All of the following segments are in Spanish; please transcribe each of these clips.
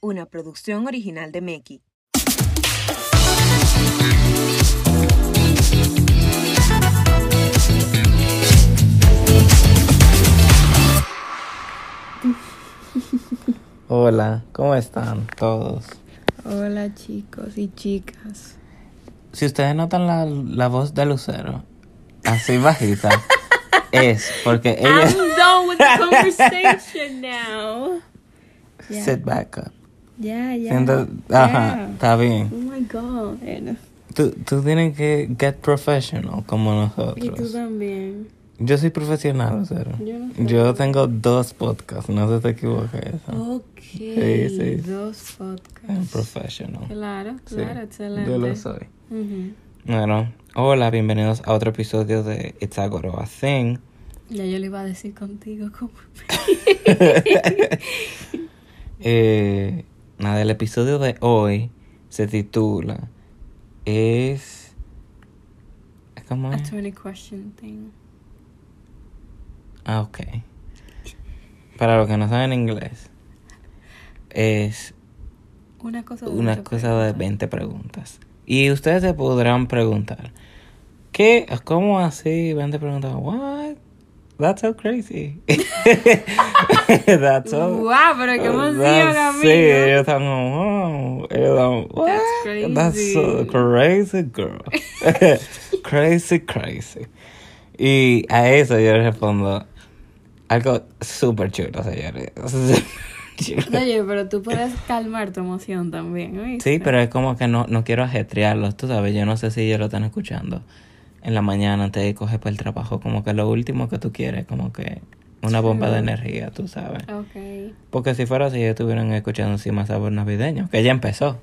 una producción original de Meki. Hola, ¿cómo están todos? Hola chicos y chicas. Si ustedes notan la, la voz de Lucero así bajita, es porque ella... I'm done with the conversation now. Ya. Sit back up. Ya, ya. Siento- ya. Ajá, está Oh bien. my god. Bueno, Tú, tú tienes que get professional como y tú nosotros. también. Yo soy profesional, Lucero. Yo no sé. Yo tengo dos podcasts, no se te equivoque eso. Ok. Ah. Sí, sí. Dos I'm podcasts. professional. Claro, Sí, claro, excelente. Yo lo soy. Ujú. Bueno, hola, bienvenidos a otro episodio de It's a Goroba Thing. Ya yo le iba a decir contigo como. Eh, nada, el episodio de hoy se titula Es. ¿Cómo A es? 20 question thing. Ah, ok. Para los que no saben inglés, es Una cosa de una muchas cosa de preguntas. 20 preguntas. Y ustedes se podrán preguntar: ¿Qué? ¿Cómo así? 20 preguntas. ¿What? That's so crazy. That's so. Guau, pero qué emoción, That's- amigo. Ah, Sí, Pues, ellos están como, wow. Ellos están, what? That's That's so crazy. crazy, girl. crazy, crazy. Y a eso yo respondo algo súper chulo, señores. Súper chulo. Oye, pero tú puedes calmar tu emoción también, ¿oíste? Sí, pero es como que no, no quiero ajetrearlos, tú sabes. Yo no sé si ellos lo están escuchando. En la mañana te coges para el trabajo, como que lo último que tú quieres, como que una bomba de energía, tú sabes. Ok. Porque si fuera así, ya estuvieran escuchando sin más sabor navideño, que ya empezó.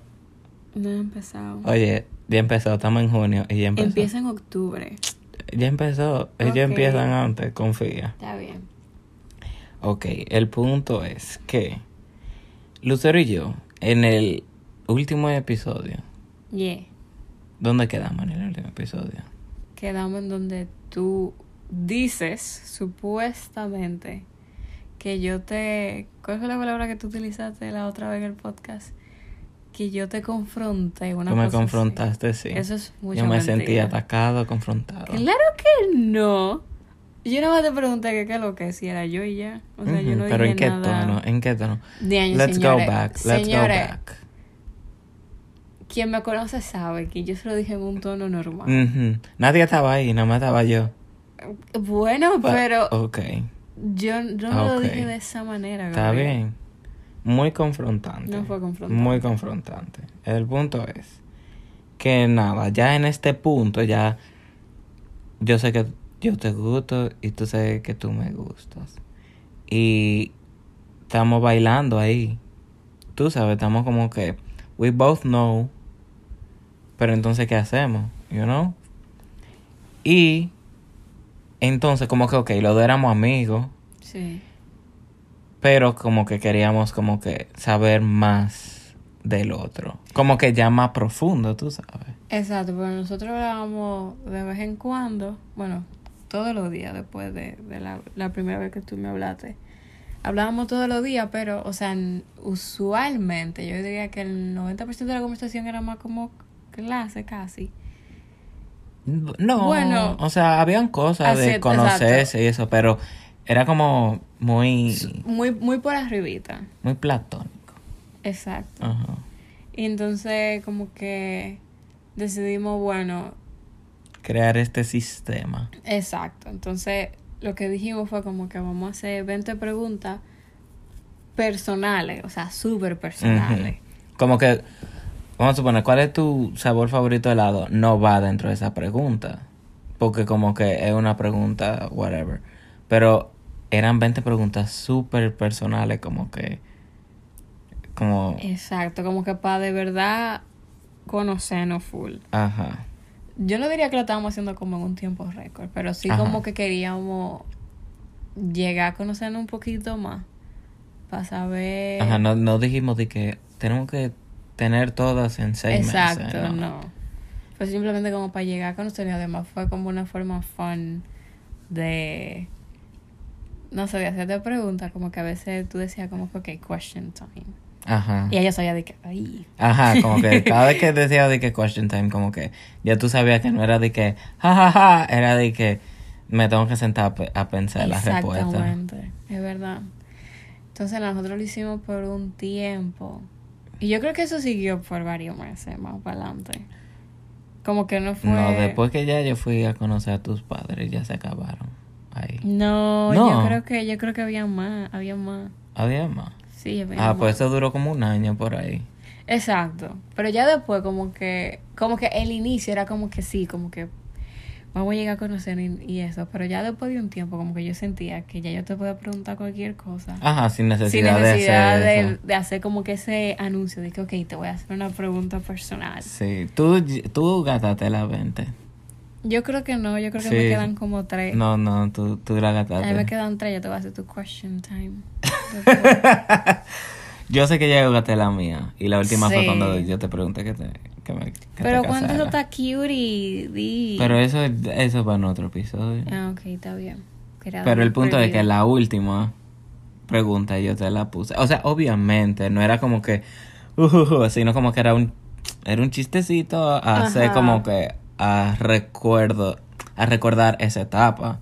No he empezado. Oye, ya empezó, estamos en junio y ya empezó. Empieza en octubre. Ya empezó, ellos Ok. empiezan antes, confía. Está bien. Ok, el punto es que Lucero y yo, en el último episodio, Yeah. ¿dónde quedamos en el último episodio? Quedamos en donde tú dices, supuestamente, que yo te... ¿Cuál fue la palabra que tú utilizaste la otra vez en el podcast? Que yo te confronté. Una Tú me cosa así. confrontaste, sí. Eso es mucha Yo me mentira. sentí atacado, confrontado. Claro que no. Yo nada más te pregunté que qué es lo que si era yo y ya. O sea, yo Ujú, no Pero dije ¿en qué nada. tono? ¿En qué tono? De años, Let's señores. go back, let's Señores, go back. Quien me conoce sabe que yo se lo dije en un tono normal. Ujú. Nadie estaba ahí, nada más estaba yo. Bueno, But- pero Ok, yo, yo no pues, lo oh. Ok. dije de esa manera. está Gabriel. bien. Muy confrontante. No fue confrontante. Muy confrontante. El punto es que nada, ya en este punto ya yo sé que yo te gusto y tú sabes que tú me gustas. Y estamos bailando ahí. Tú sabes, estamos como que we both know. Pero entonces ¿qué hacemos? You know? Y entonces como que ok, los dos éramos amigos. Sí. Pero como que queríamos como que saber más del otro. Como que ya más profundo, tú sabes. Exacto, pero nosotros hablábamos de vez en cuando, bueno, todos los días después de, de la, la primera vez que tú me hablaste. Hablábamos todos los días, pero, o sea, n- usualmente yo diría que el 90% de la conversación era más como clase casi. No, Bueno. o sea, habían cosas de Acepto, conocerse y eso, pero era como muy, Muy, muy por arribita. muy platónico. Exacto. Ajá. Y entonces como que decidimos, bueno, Crear este sistema. exacto. Entonces lo que dijimos fue como que vamos a hacer 20 preguntas personales, o sea, súper personales. Ujú. Como que, vamos a suponer, ¿cuál es tu sabor favorito de helado? No va dentro de esa pregunta. Porque como que es una pregunta, whatever. Pero eran 20 preguntas súper personales, como que... Como... Exacto, como que para de verdad conocernos full. Ajá. Yo no diría que lo estábamos haciendo como en un tiempo récord, pero sí Ajá. como que queríamos llegar a conocernos un poquito más para saber... Ajá, no, no dijimos de que tenemos que tener todas en seis Exacto, meses. no. Fue simplemente como para llegar a conocer y además fue como una forma fun de... No sé, de hacerte preguntas, como que a veces tú decías como que, ok, question time. Ajá. Y ella sabía de que, ay, Ajá, como que cada vez que decía de que question time, como que ya tú sabías que no era de que, jajaja, era de que me tengo que sentar a pe- a, pensar la respuesta. Exactamente, es verdad. Entonces nosotros lo hicimos por un tiempo. Y yo creo que eso siguió por varios meses más para adelante. Como que no fue... No, después que ya yo fui a conocer a tus padres, ya se acabaron. Mm. Ahí. No, No. yo creo que, yo creo que había más, había más. Había más. Sí, había Ah, más. pues eso duró como un año por ahí. Exacto. Pero ya después como que, como que el inicio era como que sí, como que vamos a llegar a conocer y, y eso. Pero ya después de un tiempo como que yo sentía que ya yo te podía preguntar cualquier cosa. Ajá, sin Ah. Ah, sin necesidad, necesidad de hacer de, eso. de hacer como que ese anuncio de que, ok, te voy a hacer una pregunta personal. Sí, tú, tú gastaste la 20. Yo creo que no, yo creo que Sí. me quedan como tres. No, no, tú, tú la A mí me gastaste. quedan tres, yo te voy a hacer tu question time. Yo sé que ya yo gasté la mía. Y la última fue Sí. cuando yo te pregunté que te, que me, que te Pero cuánto eso casara. está cute y... di- Pero eso, eso es para otro episodio. Ah, ok, está bien. Quería Pero darme el punto es que prioridad. la última pregunta yo te la puse. O sea, obviamente, no era como que, "Ujujuju", sino como que era un, era un chistecito a hacer Ajá. como que a recuerdo, a recordar esa etapa.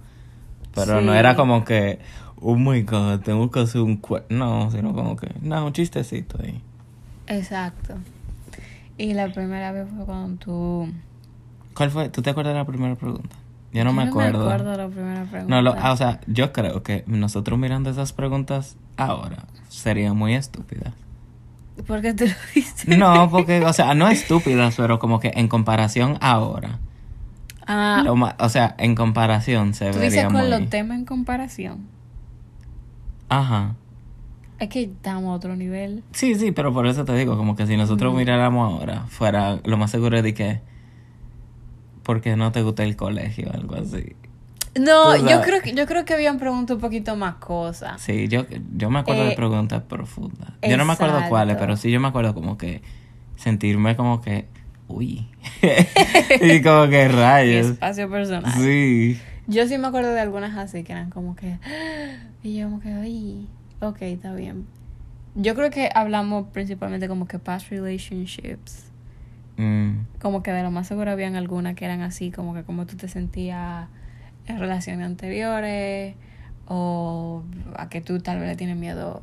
Pero no Sí. era como que, oh my god, tengo que hacer un cue-". No, sino como que, no, un chistecito ahí. Exacto. Y la primera vez fue cuando tú... ¿Cuál fue? ¿Tú te acuerdas de la primera pregunta? Yo no Yo me No acuerdo. me acuerdo la primera pregunta. No, lo, ah, o sea, yo creo que nosotros mirando esas preguntas ahora serían muy estúpidas. ah. ¿Por qué tú lo dices? No, porque, o sea, no estúpidas, pero como que en comparación ahora. Ah, lo ma- o sea, en comparación se tú dices vería con muy... los temas en comparación. Ajá. Es que estamos a otro nivel. Sí, sí, pero por eso te digo, como que si nosotros miráramos ahora, fuera lo más seguro es de que... Porque no te gusta el colegio o algo así. No, Tú yo sabes. creo que yo creo que habían preguntado un poquito más cosas. Sí, yo, yo me acuerdo de Eh, preguntas profundas. Yo no me acuerdo cuáles, exacto. pero sí yo me acuerdo como que sentirme como que, uy. y como que Y rayos. espacio personal. Sí. Yo sí me acuerdo de algunas así que eran como que y yo como que, "Ay, ok, está bien." Yo creo que hablamos principalmente como que past relationships, Mm, como que de lo más seguro habían algunas que eran así, como que como tú te sentías en relaciones anteriores o a que tú tal vez le tienes miedo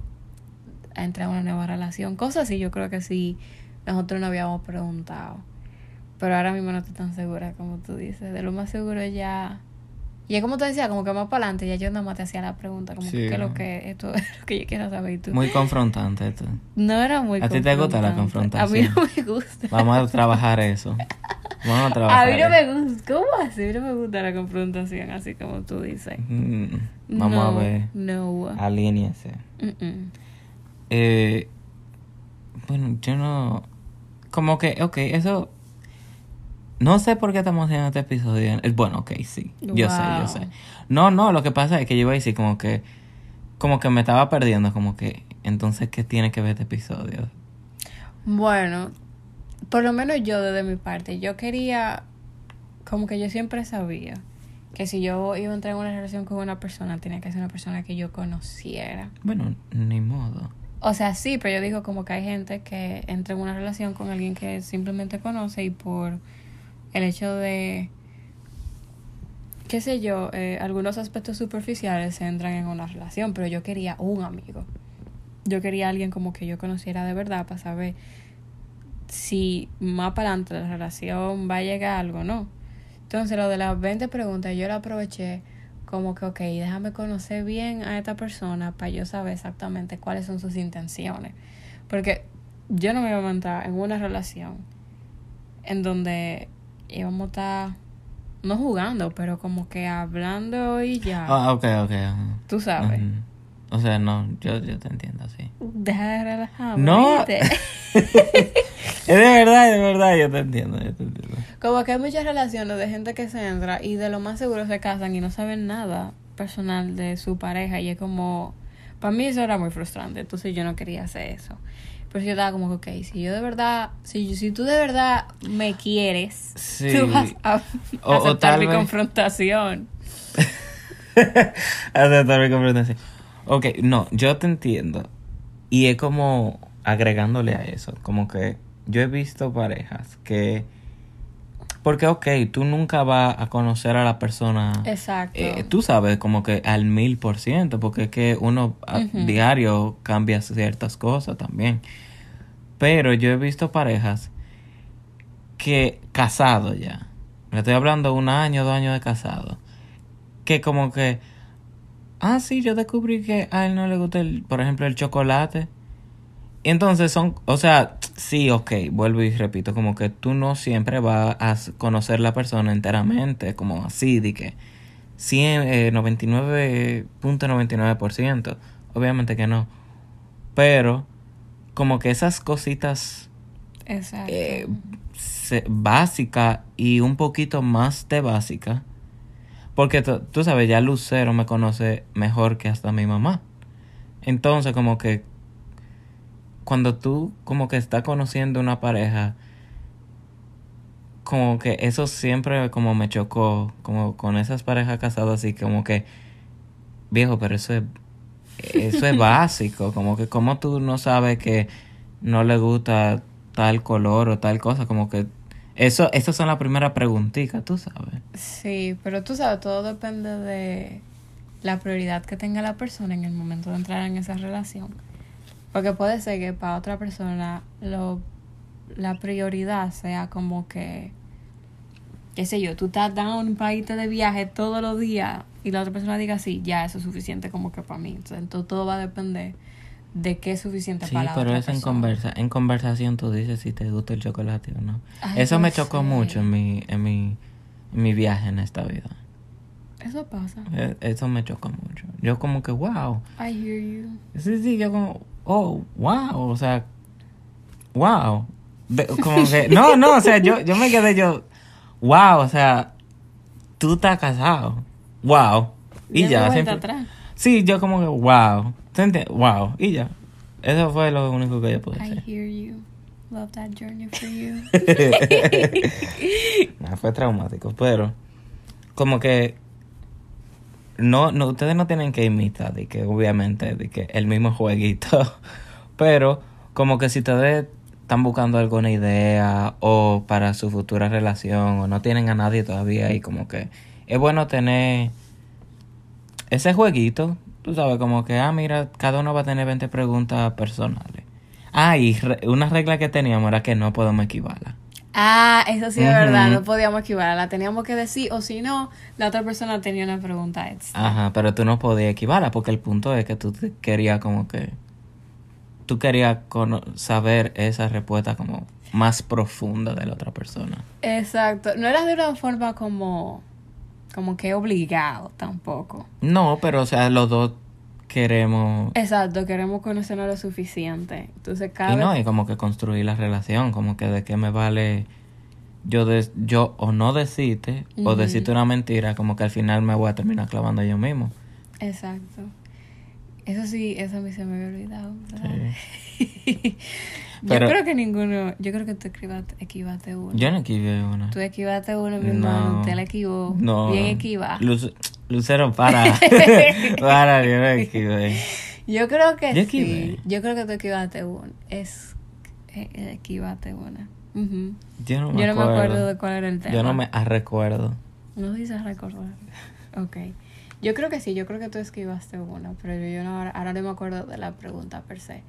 a entrar a una nueva relación, cosas así, yo creo que sí, nosotros no habíamos preguntado. Pero ahora mismo no estoy tan segura como tú dices. De lo más seguro ya... Ya como te decía, como que más para adelante, ya yo nada más te hacía la pregunta, como Sí. que qué es lo que esto es lo que yo quiero saber y tú. muy confrontante. esto. no era muy ¿A ti te gusta la confrontante. A mí no me gusta. Vamos a trabajar eso. Vamos a A trabajar. mí no eso. me gusta. ¿Cómo así? A mí no me gusta la confrontación, así como tú dices. Mm, Vamos No, a ver. No. Alíñese. Mm-mm. Eh, bueno, yo no. Como que, ok, eso. No sé por qué estamos haciendo este episodio. Eh, Bueno, ok, sí. Yo sé, yo Wow. sé. No, no, lo que pasa es que yo iba a decir como que. Como que me estaba perdiendo, como que. Entonces, ¿qué tiene que ver este episodio? Bueno, por lo menos yo desde mi parte, yo quería, como que yo siempre sabía que si yo iba a entrar en una relación con una persona, tenía que ser una persona que yo conociera. Bueno, ni modo. O sea, sí, pero yo digo como que hay gente que entra en una relación con alguien que simplemente conoce y por el hecho de, qué sé yo, eh, algunos aspectos superficiales se entran en una relación, pero yo quería un amigo. Yo quería alguien como que yo conociera de verdad para saber si más para adelante la relación va a llegar a algo, ¿no? Entonces, lo de las 20 preguntas, yo lo aproveché como que, ok, déjame conocer bien a esta persona para yo saber exactamente cuáles son sus intenciones. Porque yo no me iba a montar en una relación en donde íbamos a estar, no jugando, pero como que hablando y ya. Ah, ok, ok. ajá. Tú sabes. Ujú. O sea, no, yo, yo te entiendo, sí. Deja de relajarme. No. ¿viste? Es de verdad, de verdad, yo te entiendo, yo te entiendo. Como que hay muchas relaciones de gente que se entra y de lo más seguro se casan y no saben nada personal de su pareja y es como, para mí eso era muy frustrante, entonces yo no quería hacer eso. Pero yo estaba como que, ok, si yo de verdad, si, si tú de verdad me quieres, Sí. tú vas a O- o aceptar tal mi vez- confrontación. Aceptar mi confrontación. Ok, no, yo te entiendo. Y es como, agregándole a eso, como que yo he visto parejas que... Porque, ok, tú nunca vas a conocer a la persona. Exacto. eh, tú sabes, como que al mil por ciento, porque es que uno a- diario cambia ciertas cosas también. Pero yo he visto parejas que casado ya, le estoy hablando un año, dos años de casado, que como que, ah, sí, yo descubrí que a él no le gusta, el, por ejemplo, el chocolate. Y entonces son, o sea, sí, ok, vuelvo y repito, como que tú no siempre vas a s- conocer la persona enteramente, como así, de que 100, eh, 99.99%, obviamente que no, pero como que esas cositas Exacto. eh, se- básica y un poquito más de básica. Porque tú tú sabes, ya Lucero me conoce mejor que hasta mi mamá. Entonces, como que cuando tú como que estás conociendo una pareja, como que eso siempre como me chocó, como con esas parejas casadas así, como que, viejo, pero eso es, eso es básico, como que como tú no sabes que no le gusta tal color o tal cosa, como que eso, esas son las primeras preguntitas, tú sabes. Sí, pero tú sabes, todo depende de la prioridad que tenga la persona en el momento de entrar en esa relación. Porque puede ser que para otra persona lo, la prioridad sea como que, qué sé yo, tú estás down para irte de viaje todos los días y la otra persona diga, sí, ya eso es suficiente como que para mí. Entonces, entonces todo va a depender de qué es suficiente Sí, para la pero otra eso en, persona. conversa, en conversación tú dices si te gusta el chocolate o no. Ay, eso me no chocó sé. mucho en mi, en, mi, en mi viaje en esta vida. Eso pasa. Eh, Eso me chocó mucho. Yo como que, wow. I hear you. Sí, sí, yo como, oh, wow. O sea, wow. De- como que, no, no, o sea, yo, yo me quedé yo, wow, o sea, tú estás casado. Wow. Y Ya no ya, hay siempre- vuelta atrás. Sí, yo como que, wow. ¿Te entiendes? Wow. Y ya. Eso fue lo único que yo pude I hacer. hear you. Love that journey for you. Nah, fue traumático, pero como que no, no, ustedes no tienen que imitar, de que obviamente, de que el mismo jueguito, pero como que si ustedes están buscando alguna idea o para su futura relación o no tienen a nadie todavía y como que es bueno tener ese jueguito, tú sabes, como que, ah, mira, cada uno va a tener 20 preguntas personales. Ah, y re- una regla que teníamos era que no podemos esquivarla. Ah, eso sí es verdad, Ujú. no podíamos esquivarla, teníamos que decir, o si no, la otra persona tenía una pregunta extra. Ajá, pero tú no podías equivalar porque el punto es que tú te querías como que... Tú querías cono- saber esa respuesta como más profunda de la otra persona. Exacto, no era de una forma como, como que obligado tampoco. No, pero o sea, los dos queremos... Exacto, queremos conocernos lo suficiente. Entonces cada Y no, vez- y como que construir la relación, como que de qué me vale yo des- yo o no decirte o Ujú. decirte una mentira, como que al final me voy a terminar clavando yo mismo. Exacto. Eso sí, eso a mí se me había olvidado. ¿verdad? yo Pero- creo que ninguno, yo creo que tú esquivaste, esquivaste uno. Yo no equivé una. Tú esquivaste uno, mi hermano, usted la esquivó. No. Bien esquivada. Luz- Lucero, para. para, yo no esquivé. Yo creo que Yo sí. esquivé. Yo creo que tú esquivaste una. Es. eh, eh, Esquivaste una. Ujú. Yo no me Yo no me acuerdo. acuerdo de cuál era el tema. Yo no me ah, recuerdo. No dices recordar. Ok. Yo creo que sí, yo creo que tú esquivaste una, pero yo no, ahora, ahora no me acuerdo de la pregunta per se.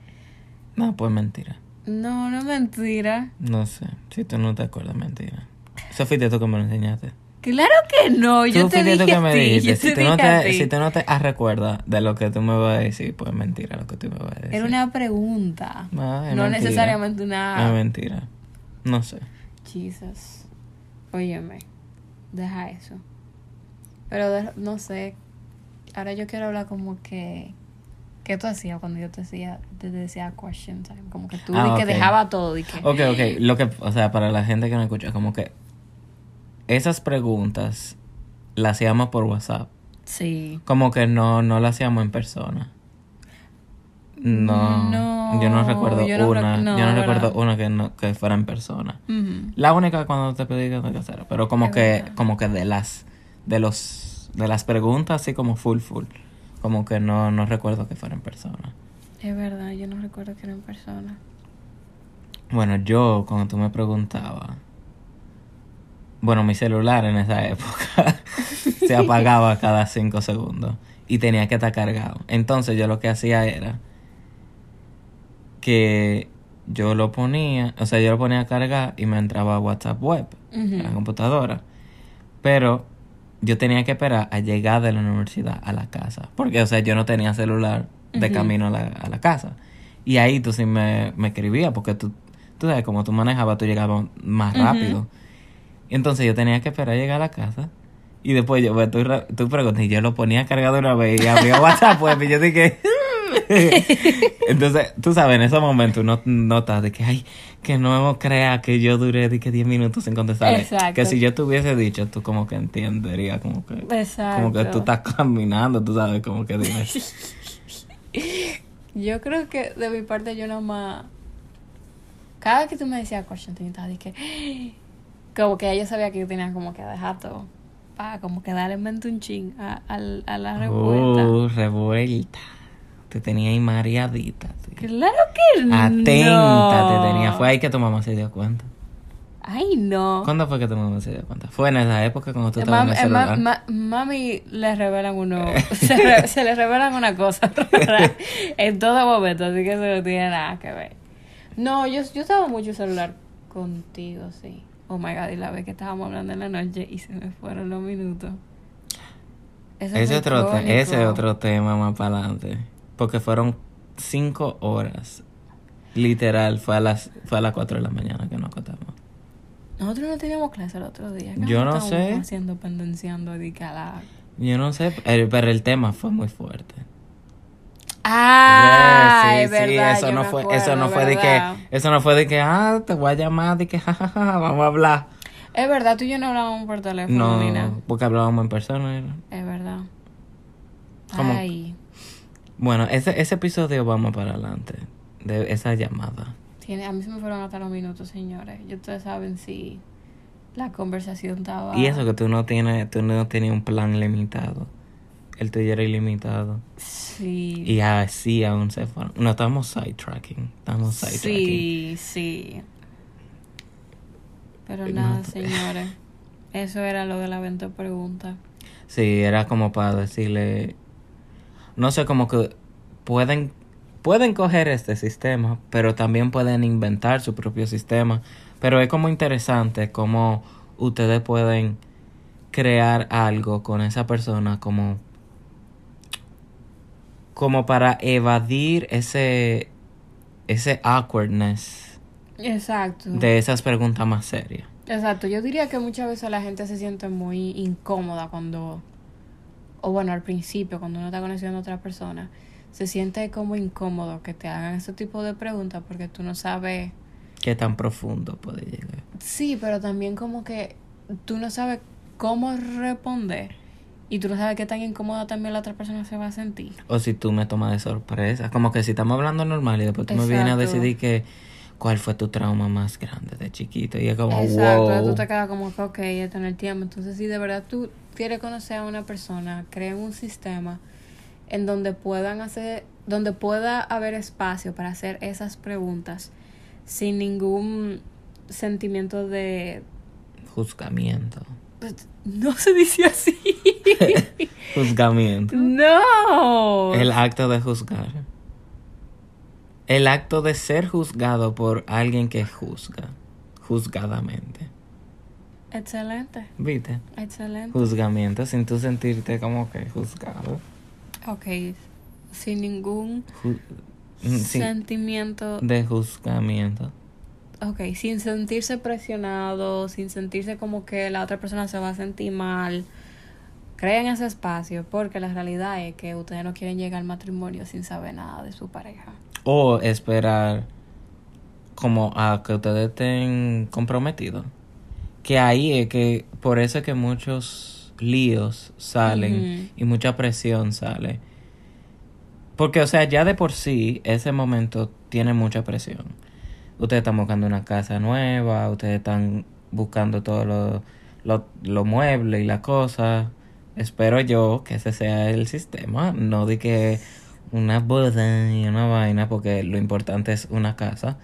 No, pues mentira. No, no es mentira. No sé. Si tú no te acuerdas, mentira. Eso fuiste tú que me lo enseñaste. Claro que no, yo tú te fuiste dije tú que a me ti, dijiste. yo Si, te tú no dije a te, ti. si tú no te ah, recuerdas de lo que tú me vas a decir, pues mentira lo que tú me vas a decir. Era una pregunta. No, Ah, es no mentira. necesariamente una. Es mentira. No sé. Jesus. Óyeme, deja eso. Pero de- no sé, ahora yo quiero hablar como que... ¿Qué tú hacías cuando yo te decía, te decía question time? Como que tú Ah, di que ok. dejaba todo, di que... Ok, ok. Lo que, o sea, para la gente que no escucha, como que esas preguntas las hacíamos por WhatsApp. Sí. Como que no, no la hacíamos en persona. No, No, yo no recuerdo yo no una, rec- no, yo no es recuerdo verdad. una que no, que fuera en persona. Ujú. La única cuando te pedí que te casaras, pero como Es que, verdad. como que de las, de los, de las preguntas así como full full, como que no, no recuerdo que fuera en persona. Es verdad, yo no recuerdo que era en persona. Bueno, yo, cuando tú me preguntabas, bueno, mi celular en esa época se apagaba cada cinco segundos y tenía que estar cargado. Entonces yo lo que hacía era que yo lo ponía, o sea, yo lo ponía a cargar y me entraba a WhatsApp web, en la computadora. Pero yo tenía que esperar a llegar de la universidad a la casa, porque, o sea, yo no tenía celular de camino a la, a la casa. Y ahí tú sí me, me escribías, porque tú, tú sabes, como tú manejabas, tú llegabas más rápido. Entonces yo tenía que esperar a llegar a la casa. Y después yo, pues, tú, ra- tú preguntas, y yo lo ponía cargado una vez y abría WhatsApp, pues, y yo dije. "Hmm". Entonces, tú sabes, en esos momentos uno nota de que, ay, que no hemos crea que yo duré de que 10 minutos sin contestar. Exacto. Que si yo te hubiese dicho, tú como que entenderías, como que. Exacto. Como que tú estás caminando, tú sabes, como que dices. Yo creo que de mi parte yo nada más. Cada vez que tú me decías question, yo estaba de que. Como que ya yo sabía que yo tenía como que dejar todo. Pa, como que darle en mente un ching a, al- a la revuelta. Uh, revuelta. Te tenía ahí mareadita. sí. Claro que no. Atenta te tenía. Fue ahí que tu mamá se dio cuenta. Ay, no. ¿Cuándo fue que tu mamá se dio cuenta? Fue en esa época cuando tú estabas Mam- en el eh, ma- celular. ma- mami le revelan uno. se, le revelan una cosa rara en todo momento, así que eso no tiene nada que ver. No, yo, yo estaba mucho celular contigo, sí. Oh my god, y la vez que estábamos hablando en la noche y se me fueron los minutos. Eso ese, fue otro te- icónico. ese es otro tema más para adelante. Porque fueron cinco horas. Literal, fue a las fue a las cuatro de la mañana que nos acostamos. Nosotros no teníamos clase el otro día. ¿qué Yo no estábamos sé. Haciendo pendenciando de que a la- Yo no sé, el- pero el tema fue muy fuerte. Ah, Eh, es verdad. eso yo no me fue, acuerdo, eso no fue ¿verdad? de que, eso no fue de que, ah, te voy a llamar, de que, jajaja, vamos a hablar. Es verdad, tú y yo no hablábamos por teléfono No, ni nada. porque hablábamos en persona. era. Es verdad. ¿Cómo? Ay, Bueno, ese, ese episodio vamos para adelante, de esa llamada. tiene, a mí se me fueron hasta los minutos, señores. Y ustedes saben si la conversación estaba... Y eso que tú no tienes, tú no tienes un plan limitado. El tuyo era ilimitado. Sí, Y así aún se fueron. No, estamos sidetracking. Estamos sidetracking. sí, sí. Eh, Pero nada, señores. Eso era lo de la venta pregunta. Sí. era como para decirle. No sé, como que pueden, pueden coger este sistema, pero también pueden inventar su propio sistema. Pero es como interesante cómo ustedes pueden crear algo con esa persona como como para evadir ese ese awkwardness Exacto. de esas preguntas más serias. Exacto, yo diría que muchas veces la gente se siente muy incómoda cuando, o bueno, al principio, cuando uno está conociendo a otra persona, se siente como incómodo que te hagan ese tipo de preguntas porque tú no sabes, Qué tan profundo puede llegar. sí, pero también como que tú no sabes cómo responder y tú no sabes qué tan incómoda también la otra persona se va a sentir. O si tú me tomas de sorpresa. Como que si estamos hablando normal y después tú me vienes a Exacto. decidir que cuál fue tu trauma más grande de chiquito. Y es como, Exacto, tú wow. te quedas como que, ok, esto en el tiempo. Entonces, si de verdad tú quieres conocer a una persona, crea un sistema en donde puedan hacer, donde pueda haber espacio para hacer esas preguntas sin ningún sentimiento de... pues, Juzgamiento. No se dice así. Juzgamiento. no. El acto de juzgar. El acto de ser juzgado por alguien que juzga. Juzgadamente. Excelente, ¿Viste? excelente. Juzgamiento sin tú sentirte como que juzgado. Ok, sin ningún Ju- sin- sentimiento de juzgamiento. Ok, sin sentirse presionado, sin sentirse como que la otra persona se va a sentir mal. Creen ese espacio, porque la realidad es que ustedes no quieren llegar al matrimonio sin saber nada de su pareja. O esperar como a que ustedes estén comprometidos. Que ahí es que por eso es que muchos líos salen Ujú. y mucha presión sale. Porque, o sea, ya de por sí ese momento tiene mucha presión. Ustedes están buscando una casa nueva, ustedes están buscando todos los los los muebles y las cosas. Espero yo que ese sea el sistema, no de que una boda y una vaina, porque lo importante es una casa.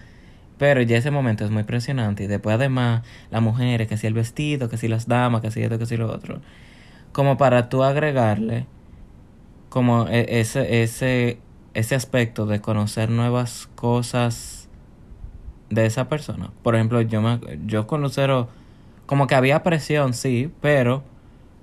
Pero ya ese momento es muy presionante. Y después, además, las mujeres, que si el vestido, que si las damas, que si esto, que si lo otro. Como para tú agregarle, como e- ese, ese, ese aspecto de conocer nuevas cosas de esa persona. Por ejemplo, yo, me, yo con Lucero, como que había presión, sí, pero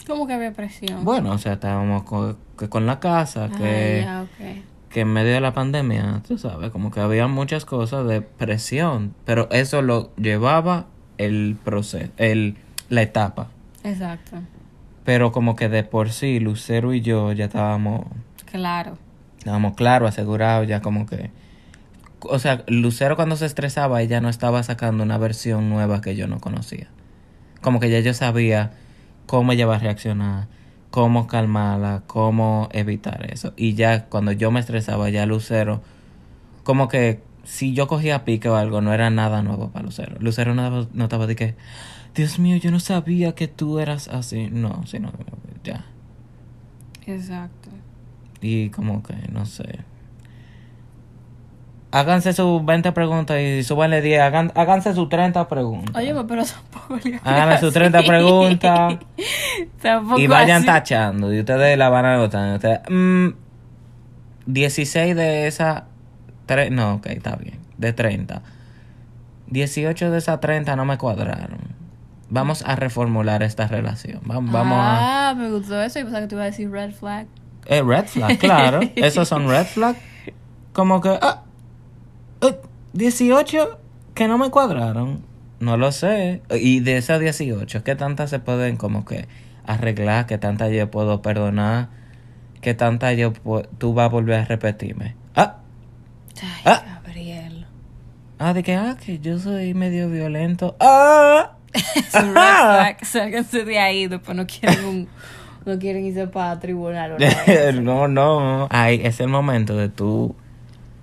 ¿Cómo que había presión? bueno, o sea, estábamos co- que con, la casa, Ah, que ya, ok. que en medio de la pandemia, tú sabes, como que había muchas cosas de presión, pero eso lo llevaba el proceso, el, la etapa. Exacto. Pero como que de por sí, Lucero y yo ya estábamos, Claro. estábamos claros, asegurados, ya como que... O sea, Lucero cuando se estresaba, ella no estaba sacando una versión nueva que yo no conocía. Como que ya yo sabía cómo ella va a reaccionar, cómo calmarla, cómo evitar eso. Y ya cuando yo me estresaba, ya Lucero, como que si yo cogía pique o algo, no era nada nuevo para Lucero. Lucero no, estaba- no estaba de que, Dios mío, yo no sabía que tú eras así. No, sino como que ya. Exacto. Y como que, no sé. Háganse sus 20 preguntas y súbanle 10. Hagan, háganse sus 30 preguntas. Oye, pero tampoco le Háganle sus 30 preguntas. Y vayan tachando. Y ustedes la van anotando. Ustedes, mm, 16 de esas. tre- No, ok, está bien. De 30. 18 de esas 30 no me cuadraron. Vamos a reformular esta relación. Va- Vamos a. ah, me gustó eso. Yo pensaba que te iba a decir red flag. Eh, red flag, claro. Esos son red flag. Como que. ah, eh, 18 que no me cuadraron. No lo sé. Y de esas 18, ¿qué tantas se pueden como que arreglar? ¿Qué tantas yo puedo perdonar? ¿Qué tantas yo pu- tú vas a volver a repetirme? Ah, Ay, Ah. Gabriel. ah, de que, ah, que yo soy medio violento. Ah, Es un red flag. Sáquense de ahí. Después no quieren, un- no quieren irse para tribunal o nada. no, no. Ay, es el momento de tú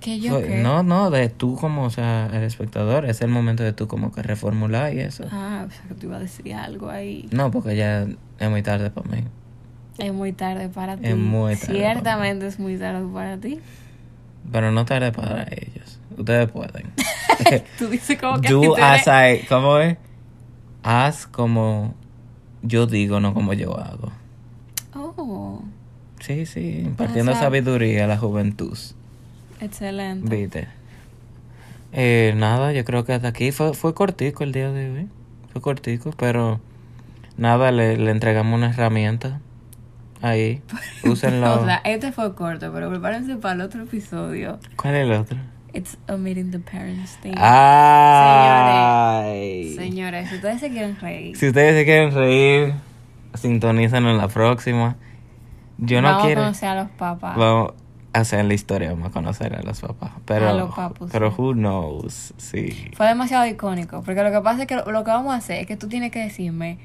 Que yo Fue- qué? No, no, de tú como, o sea, el espectador, es el momento de tú como que reformular y eso. Ah, pensaba que te iba a decir algo ahí. No, porque ya es muy tarde para mí. Es muy tarde para ti. Es muy tarde. Ciertamente es muy tarde para ti. Pero no tarde para ellos. Ustedes pueden. Tú dices como que Do tú eres- as I, ¿cómo es? Haz como yo digo, no como yo hago. Oh, Sí, sí, impartiendo As I- sabiduría a la juventud. excelente. Viste. Eh, nada, yo creo que hasta aquí fue, fue cortico el día de hoy. Fue cortico, pero nada, le, le entregamos una herramienta. Ahí, úsenlo. O sea, este fue corto, pero prepárense para el otro episodio. ¿Cuál es el otro? It's a meeting the parents thing. ¡Ay! Señores, si ustedes se quieren reír, Si ustedes se quieren reír, sintonicen en la próxima. Yo no vamos quiero. a conocer a los papás. Vamos a hacer la historia, vamos a conocer a los papás. Pero, A los papus, pero sí. who knows? Sí. Fue demasiado icónico, porque lo que pasa es que lo, lo que vamos a hacer es que tú tienes que decirme,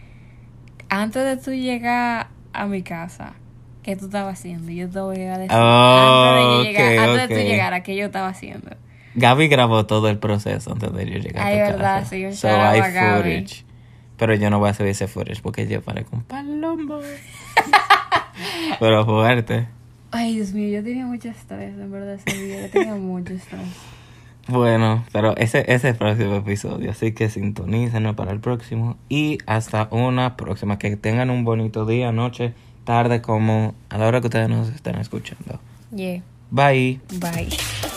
antes de tú llegar a mi casa, ¿qué tú estabas haciendo? Y Yo te voy a decir, Oh, antes, de, yo llegar- ok, antes de ok. tú llegar, ¿qué yo estaba haciendo? Gaby grabó todo el proceso antes de yo llegar Ay, a tu verdad, casa. sí, un so shout out hay a Gaby. footage. Pero yo no voy a subir ese footage porque yo paré con palombo. Pero fuerte. Ay, Dios mío, yo tenía mucho estrés, en verdad, ese día, yo tenía mucho estrés. Bueno, pero ese, ese es el próximo episodio. Así que sintonícenos para el próximo. Y hasta una próxima. Que tengan un bonito día, noche, tarde, como a la hora que ustedes nos están escuchando. Yeah, Bye. bye.